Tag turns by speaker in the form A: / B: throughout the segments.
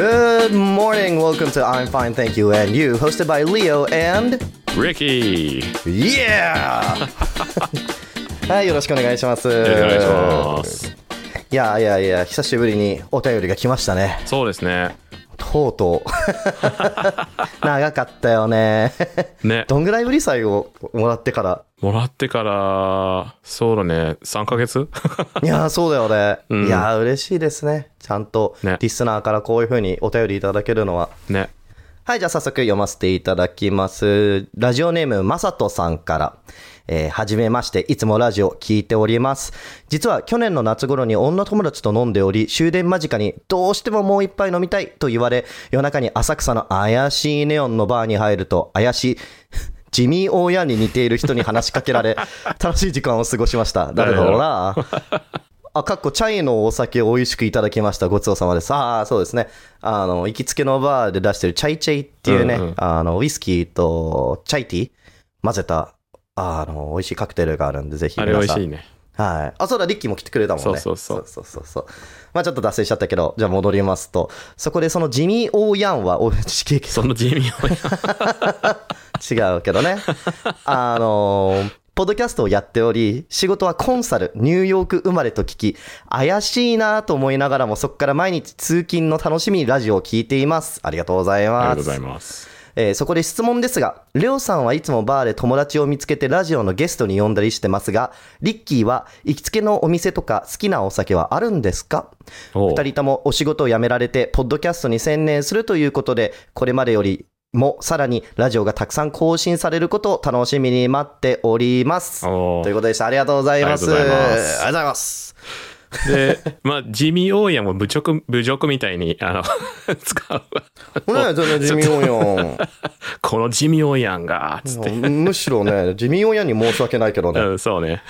A: Good morning. Welcome to I'm Fine, Thank You and You, hosted by Leo and
B: Ricky!
A: Yeah! はい、よろしくお願いします。
B: お願いします。
A: いやいやいや、久しぶりにお便りが来ましたね。
B: そうですね。
A: とう とう。長かったよね。
B: ね。
A: どんぐらいぶり最後もらってから。
B: もらってから、そうだね、3ヶ月
A: いやー、そうだよね。
B: ん
A: いやー、嬉しいですね。ちゃんと、
B: ね
A: リスナーからこういう風にお便りいただけるのは。
B: ね。
A: はい、じゃあ早速読ませていただきます。ラジオネーム、まさとさんから。えーはじめまして、いつもラジオ聞いております。実は去年の夏頃に女友達と飲んでおり、終電間近にどうしてももう一杯飲みたいと言われ、夜中に浅草の怪しいネオンのバーに入ると、怪しい、 ジミー・オーヤンに似ている人に話しかけられ、 楽しい時間を過ごしました。誰だろうな。あ、かっこ、チャイのお酒を美味しくいただきました。ごちそうさまです。ああ、そうですね。あの、行きつけのバーで出してるチャイチェイっていうね、
B: うんうん
A: あの、ウイスキーとチャイティー混ぜた、あの、美味しいカクテルがあるんで、ぜひ
B: あれ美
A: 皆
B: 味
A: さん。
B: しいね。
A: はい。あ、そうだ、リッキーも来てくれたもんね。
B: そうそうそう
A: そうそうそうそうまあちょっと脱線しちゃったけど、じゃあ戻りますと、そこでそのジミー・オー・ヤンは、おちけ
B: その地味を。
A: 違うけど ね。あのーポッドキャストをやっており、仕事はコンサル、ニューヨーク生まれと聞き、怪しいなと思いながらも、そこから毎日通勤の楽しみにラジオを聞いています。ありがとうござい
B: あり
A: ま
B: が
A: す。
B: とうございます。
A: えーそこで質問ですが、レオさんはいつもバーで友達を見つけてラジオのゲストに呼んだりしてますが、リッキーは行きつけのお店とか好きなお酒はあるんですか
B: おう
A: 二人ともお仕事を辞められて、ポッドキャストに専念するということで、これまでよりもさらにラジオがたくさん更新されることを楽しみに待っております。
B: おう
A: ということでした。ありがとうございます。
B: ありがとうござい
A: あり
B: ま
A: が
B: す
A: とうございます。
B: で、まあ、地味王やも侮辱、侮辱みたいに、あの、 使うわ。
A: これね、全然地味オ
B: この地味王やんが、つって。
A: ン。むしろ ね、地味オンに申し訳ないけどね、
B: うん、そうね。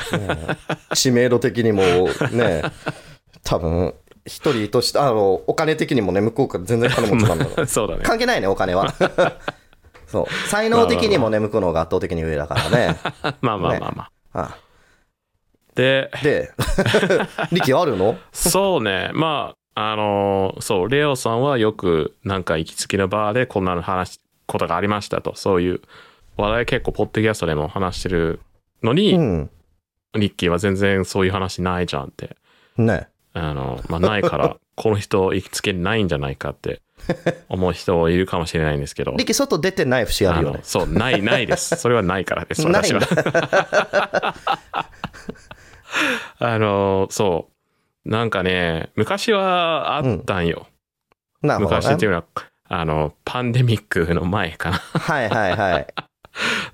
A: 知名度的にも ね、多分、一人として、あの、お金的にもね、向こうから全然金持ちなんだ ろう。
B: そうだね。
A: 関係ないね、お金 は。そう。才能的にもね、向こうの方が圧倒的に上だからね。
B: まあまあまあまあ。
A: あ
B: で、
A: で、力あるの
B: そうね。まあ、あのーそう、レオさんはよく、なんか行きつけのバーでこんなの話、ことがありましたと、そういう話題結構、ポッドキャストでも話してるのに、
A: うん。
B: リッキーは全然そういう話ないじゃんって。
A: ね。
B: あの、まあ、ない から、この人行きつけないんじゃないかって思う人いるかもしれないんですけど。
A: 力外出てない節あ
B: あ
A: るよね
B: の。そう、ない、な いです。それはないからです、
A: ない
B: 私
A: ん
B: は
A: だ。。
B: あの、そう。なんかね、昔はあったんよ。
A: なるほ
B: 昔
A: ど
B: ってい
A: ね。
B: うのは、あの、パンデミックの前か
A: はいはい はい。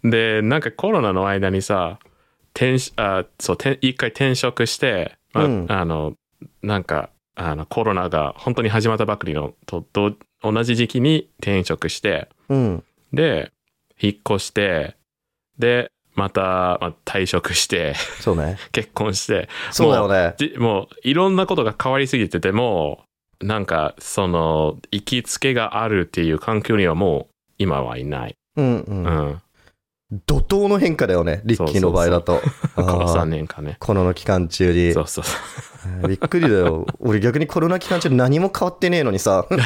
B: な。 で、なんかコロナの間にさ、転しあそう転一回転職して、まあ
A: うん
B: あの、なんか、あの、コロナが本当に始まったばかりのとと同じ時期に転職して、
A: うん。
B: で、引っ越して、で、また、まあ、退職して、
A: そうね。
B: 結婚して、
A: そうだよね。
B: じもういろんなことが変わりすぎててもうなんかその行きつけがあるっていう環境にはもう今はいない、
A: うん
B: う
A: うん。
B: ん、
A: 怒涛の変化だよね。リッキーの場合だと。
B: この
A: あ
B: 3
A: ー
B: 年間ね
A: コロナ期間中に
B: そ。うそうそ う
A: びっくりだよ。俺逆にコロナ期間中何も変わってねえのにさ。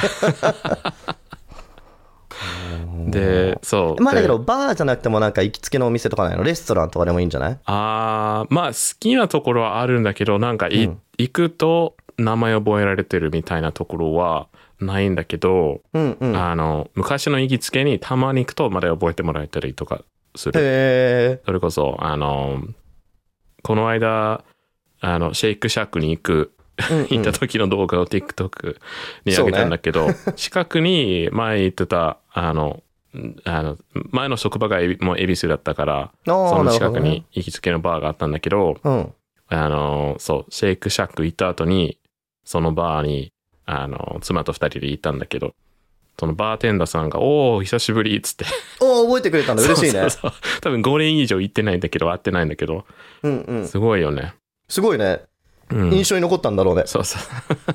B: でそう
A: まあだけど、
B: で
A: バーじゃなくてもなんか行きつけのお店とかないのレストランとかでもいいんじゃない
B: あーまあ好きなところはあるんだけどなんかい、
A: うん
B: 行くと名前覚えられてるみたいなところはないんだけど、
A: うんうん。へ
B: あの昔の行きつけにたまに行くとまだ覚えてもらえたりとかする
A: え。
B: それこそ、あの、この間、あの、シェイクシャックに行く、
A: うんうん
B: 行った時の動画を TikTok に上げたんだけど、 近くに前行ってた、あの、んあの前の職場がエビもう恵比寿だったから、
A: あー
B: その近
A: な
B: く
A: るほどね
B: に行きつけのバーがあったんだけど、
A: うん。
B: あの、そう、シェイクシャック行った後に、そのバーに、あの、妻と二人で行ったんだけど、そのバーテンダーさんが、おー、久しぶりっつって。
A: おお、覚えてくれたんだ。嬉しいね。
B: そうそうそう多分5年以上行ってないんだけど、会ってないんだけど、
A: うんうん。
B: すごいよね。
A: すごいね。
B: うん。
A: 印象に残ったんだろ うね。
B: そうそ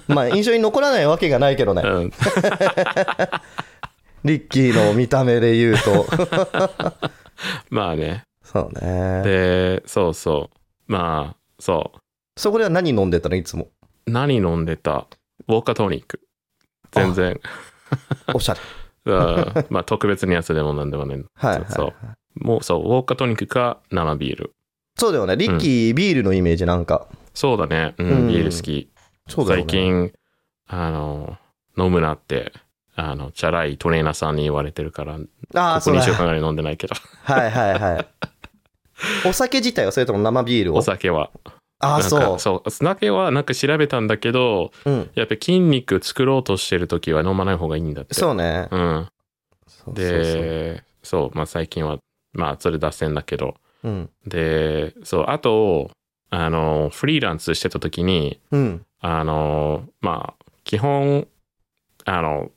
B: う。
A: まあ、印象に残らないわけがないけどね。
B: うん、
A: リッキーの見た目で言う と。
B: まあね。
A: そうね。
B: で、そうそう。まあ、そ
A: そこでは何飲んでたのいつも。
B: う。何飲んでたウォーカートニック。全然、
A: おしゃれ。
B: うんまあ特別なやつでもなんでもね。
A: はいはい、
B: そう。もうそう、ウォーカートニックか生ビール。
A: そうだよね。リッキー、ビールのイメージなんか。
B: そうだね。うん、
A: うん
B: ビール好き。
A: そうだよね。
B: 最。近、あの、飲むなって、あの、チャラいトレーナーさんに言われてるから、こ
A: あ
B: こ
A: あ、そう
B: 2
A: だ。
B: 週間ぐらい飲んでないけど、
A: はいはい はい。お酒自体はそれとも生ビールを
B: お酒は。
A: ああ、
B: なんか
A: そう。
B: そう。お酒はなんか調べたんだけど、
A: うん。
B: やっぱ筋肉作ろうとしてるときは飲まない方がいいんだって。
A: そうね。
B: うん。
A: そうそうそう
B: で、そう、まあ最近は、まあそれ脱線だけど、
A: うん。
B: で、そう、あと、あの、フリーランスしてた時に、
A: うん。
B: あの、まあ、基本、あの、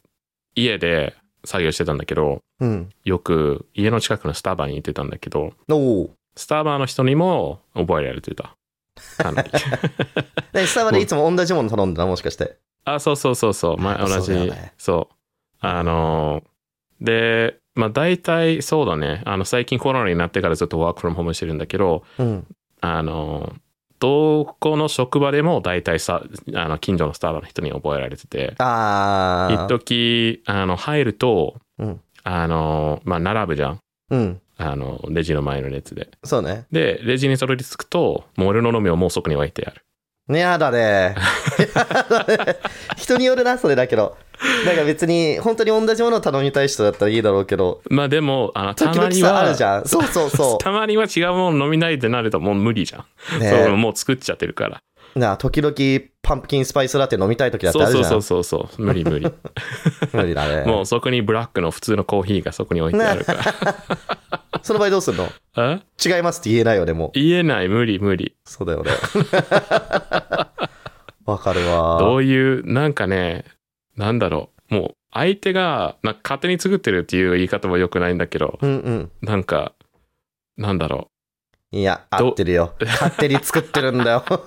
B: 家で作業してたんだけど、
A: うん。
B: よく家の近くのスタバに行ってたんだけど、
A: おお。
B: スタバの人にも覚えられてた。かなり
A: でスタバでいつも同じもの頼んだな、もしかして。
B: あ、そうそうそうそう、まあ、
A: あ
B: 同
A: そう
B: じ、
A: だよね
B: そう。あの、で、まあ大体そうだね、あの最近コロナになってからずっとワークフロムホームしてるんだけど、
A: うん。
B: あの、どこの職場でも大体さ、あの、近所のスターバの人に覚えられてて、
A: ああ。
B: 一時あの、入ると、
A: うん
B: あの、まあ、並ぶじゃん。
A: うん。
B: あの、レジの前の列で。
A: そうね。
B: で、レジにたどり着くと、もう俺の飲みをもうそこに置いてある。
A: ねやだ ね。やだね人によるな、それだけど。なんか別に、本当に同じものを頼みたい人だったらいいだろうけど、
B: まあ、でも、あの、た
A: 時
B: ま
A: 々
B: に
A: さ、あ
B: は
A: るじ、ゃん。そうそうそ
B: たまには違うもの飲みないってなるともう無理じゃん。
A: う。
B: そ
A: ね
B: う、もう作っちゃってるから。
A: なあ時々、パンプキンスパイスラテ飲みたい時だって
B: そ
A: あ
B: う
A: るじ
B: そ
A: ゃ。
B: うんそうそうそう、無理 無理。
A: 無理だね。
B: もうそこにブラックの普通のコーヒーがそこに置いてある から。
A: その場合どうすんの
B: え
A: 違いますって言えないよね、もう。
B: 言えない、無理無理。
A: そうだ よね。わかるわ。
B: どういう、なんかね、なんだろう。もう、相手が、なんか勝手に作ってるっていう言い方も良くないんだけど、
A: うんうん。
B: なんか、なんだろ
A: いや、
B: ど
A: 合ってるよ。勝手に作ってるんだよ。
B: う。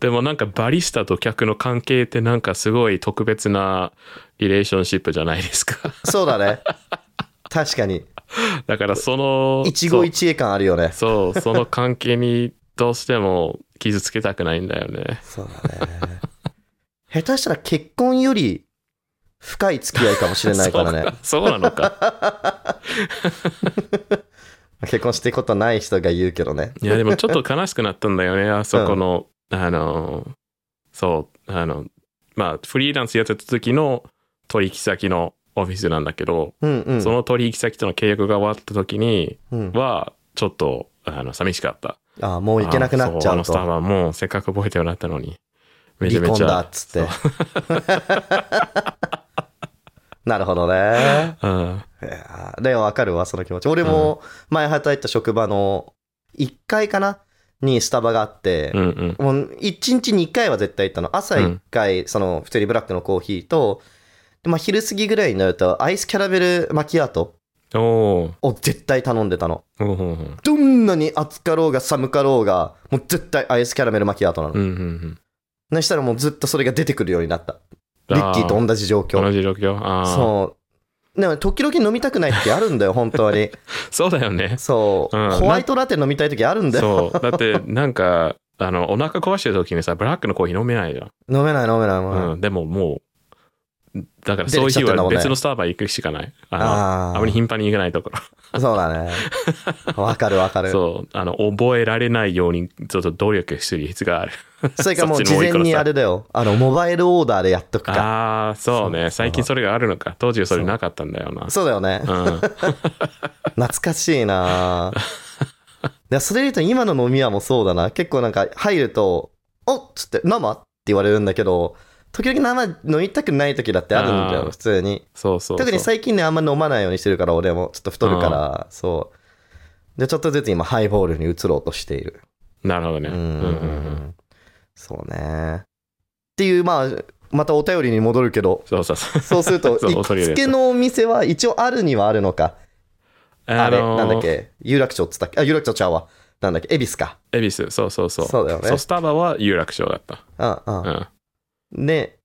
B: でもなんかバリスタと客の関係ってなんかすごい特別なリレーションシップじゃないですか。
A: そうだね。確かに。
B: だからその、
A: 一期一会感あるよね。
B: そう、そうその関係にどうしても傷つけたくないんだよね。
A: そうだね。下手したら結婚より深い付き合いかもしれないからね。
B: そうかそうな のか。
A: 結婚してことない人が言うけどね。
B: いや、でもちょっと悲しくなったんだよね、あそこの、あの、そう、あの、まあ、フリーランスやってた時の取引先のオフィスなんだけど、
A: うんうん。
B: その取引先との契約が終わった時に
A: うん、
B: は、ちょっと、あの、寂しかった。
A: ああ、もう行けなくなっちゃ
B: あ
A: う
B: の、そうあ
A: と。
B: のスタバもうせっかく覚えてもらったのに、めちゃ
A: 離
B: め
A: 婚
B: ち
A: だっ
B: ゃ、
A: つって。 なるほどね。
B: うん、
A: いやーでもわかるわ、その気持ち。俺も前働いた職場の1階かなにスタバがあって
B: う、ん、うん。
A: もう1日2回は絶対行ったの。朝1回、その、普通にブラックのコーヒーと、でまあ、昼過ぎぐらいになると、アイスキャラメルマキアート
B: おー
A: を絶対頼んでたの。
B: うんうんうん
A: どんなに暑かろうが寒かろうが、もう絶対アイスキャラメルマキアートなの。
B: うんうん
A: そしたらもうずっとそれが出てくるようになった。リ
B: うん。
A: ッキーと同じ状
B: 同
A: 況。
B: じ状況あー
A: そう。でも時々飲みたくない時あるんだよ、本当に。
B: そうだよね。
A: そう、
B: うん
A: ホワイトラテ飲みたい時あるんだよ。
B: そう。だって、なんか、あの、お腹壊してる時にさ、ブラックのコーヒー飲めないじゃん。
A: 飲めない飲めない飲めない。
B: うん。でももう、だからそういう日
A: 出てきちゃってんだ
B: は
A: もんね
B: 別のスターバー行くしかない。あ
A: あ
B: の、
A: あ
B: あまり頻繁に行けないとこ
A: そうだね。わかるわか
B: ろ。
A: る。
B: そう。あの、覚えられないように、ちょっと努力する必要がある。
A: それかもう事前にあれだよ。あの、モバイルオーダーでやっとくか。
B: ああ、そう
A: そうそ
B: ね。
A: う
B: 最近それがあるのか。当時はそれなかったんだよな。
A: そうだよ ね。
B: うん。
A: 懐かしいなでそれで言うと今の飲み屋もそうだな。結構なんか入ると、おっつって生って言われるんだけど、時々生飲みたくない時だってあるんだ
B: あ
A: よ、
B: ー
A: 普通に。
B: そうそうそう。
A: 特に最近ね、あんま飲まないようにしてるから、俺も。ちょっと太るから、そう。で、ちょっとずつ今、ハイボールに移ろうとしている。
B: なるほどね。
A: う
B: うんんうんうん。
A: そうね。っていう、まあ、またお便りに戻るけど、
B: そうそうそう。
A: そうすると、
B: そう
A: 行
B: それ
A: き
B: で
A: つけのお店は一応あるにはあるのか。あれ、
B: のー
A: なんだっけ、有楽町っつったっけ、あ、有楽町ちゃうわ。なんだっけ、恵比寿か。
B: 恵比寿。そうそうそう。
A: そうだよね
B: スタバは有楽町だった。
A: うん
B: うん。
A: うん。で、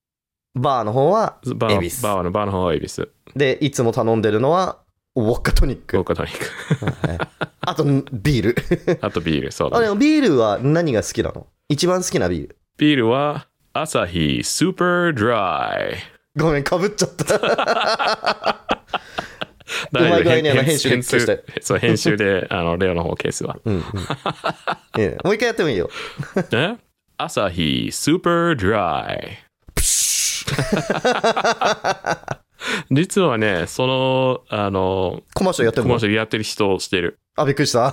A: バーの方は、
B: バー
A: 恵比寿
B: バーのバーの方は恵比寿。
A: で、いつも頼んでるのは、ウォッカトニック
B: ボ。カトニック。
A: はいあと、ビール。
B: あとビール、そうだ
A: あ
B: ね、
A: れ、ビールは何が好きなの一番好きなビール。
B: ビールは、アサヒスーパードライ。
A: ごめん、かぶっちゃった。
B: だいぶ
A: うまい具合にあの
B: 編
A: 編集で消し
B: 編
A: て
B: 集そう、編集で、 あの、レオの方ケース は。
A: いいねもう一回やってもいいよ。
B: ねアサヒスーパードライ。実はね、その、あの、
A: コマーシャルやって
B: コマ
A: も
B: ーシャルやってる人をしてる。
A: あ、びっくり した。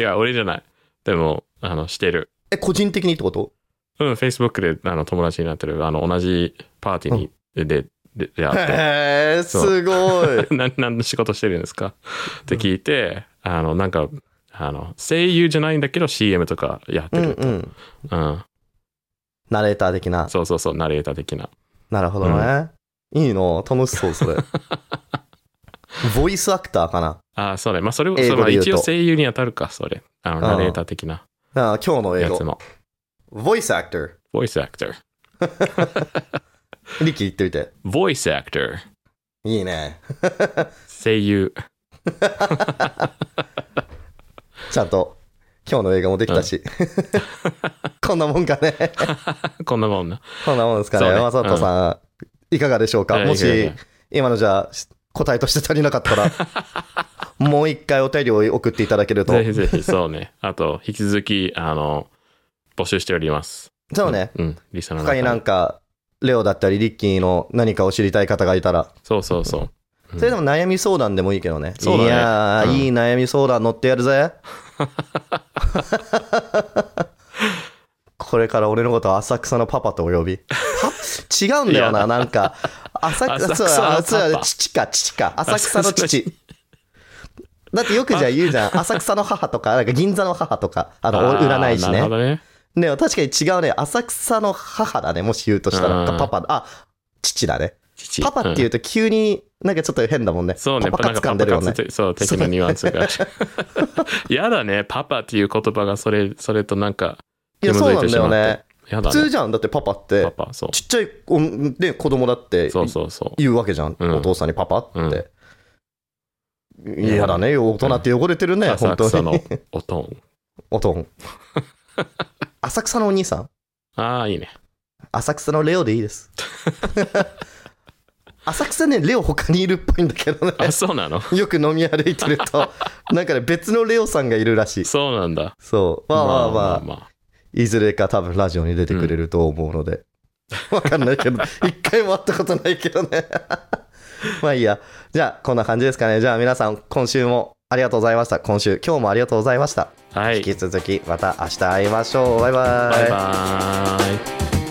B: 違う、俺じゃない。でも、あの、してる。
A: え、個人的にってこと
B: うん、Facebook であの友達になってる、あの、同じパーティーに、で、で、で、会って、
A: へえ、すご い。
B: 何、何の仕事してるんですかって聞いて、あの、なんか、あの、声優じゃないんだけど CM とかやって
A: うん
B: る。
A: うん。
B: うん。
A: ナレーター的な。
B: そうそうそう、ナレーター的な。
A: なるほどね。いいの楽しそう、そ れ。ボイスアクターかな。
B: ああ、そうね。まあ、それも、
A: 英語で
B: そうまあ
A: 言うと
B: 一応声優に当たるか、それ。あの、
A: ああ
B: ナレーター的な
A: あ今日の英
B: や
A: 語
B: つ。の。
A: ボイスアクター。
B: ボイスアクター。
A: リッキー言ってみて。
B: ボイスアクター。
A: いいね。
B: 声優。
A: ちゃんと、今日の映画もできた し。こんなもんかね。
B: こんなもんな。
A: こんなもんですかね。
B: そうね
A: マサトさん、いかがでしょうか
B: え
A: も
B: ーいやい
A: し
B: や、
A: 今のじゃあ、答えとして足りなかった ら、もう一回お便りを送っていただけると。
B: ぜひぜひ、そうね。あと、引き続き、あの、募集しております。
A: そうね。
B: うん、リサの
A: 他
B: 中
A: に
B: に
A: なんか、レオだったり、リッキーの何かを知りたい方がいたら、
B: そうそうそう。うん
A: それでも悩み相談でもいいけどね。
B: そうだ
A: い
B: ね
A: やー、
B: うん
A: いい悩み相談乗ってやる ぜ。これから俺のこと浅草のパパとお呼び。は違うんだよな、なんか。浅草、
B: 浅
A: そう
B: 草のパパ
A: そうだ父か、父か。浅草の父。 だってよくじゃあ言うじゃん。浅草の母とか、なんか銀座の母とか、あの、お
B: あー
A: 占い師
B: なる
A: ね
B: ほ。どね。
A: でも確かに違うね。浅草の母だね、もし言うとしたら。
B: うん
A: パパ、あ、父だね。
B: 父
A: パパっていううと急になんかちょっと変だもんね。
B: んそうね、
A: パパ
B: なん
A: 活
B: か
A: 感出るよ
B: パ
A: ね
B: パ。活そう、的なニュアンスが。 やだね、パパっていう言葉がそれ、それとなんか、
A: いや、そうなんだよね。
B: や
A: 普
B: だ
A: 通
B: ね。
A: じゃん。だってパパって
B: パ、パ、そう。
A: ちっちゃいおんで子供だって
B: そうそうそう。
A: 言うわけじゃん。
B: うん
A: お父さんにパパって。
B: ん
A: 嫌だね。大人って汚れてるね、本
B: 浅
A: 当
B: 草
A: に
B: の。おとん。
A: おとん。浅草のお兄さん。
B: ああ、いいね。
A: 浅草のレオでいい です。浅草ね、レオ他にいるっぽいんだけどね。
B: あ、そ うなの
A: よく飲み歩いてると、なんかね、別のレオさんがいるらしい。
B: そうなんだ。
A: そう。まあまあまあ。
B: まあ。
A: いずれか多分ラジオに出てくれると思うので。わ、かんない けど、一回も会ったことないけどね。 まあいいや。じゃあ、こんな感じですかね。じゃあ皆さん、今週もありがとうございました。今週、今日もありがとうございました。
B: はい。
A: 引き続き、また明日会いましょう。バイバイ。
B: バイバイ。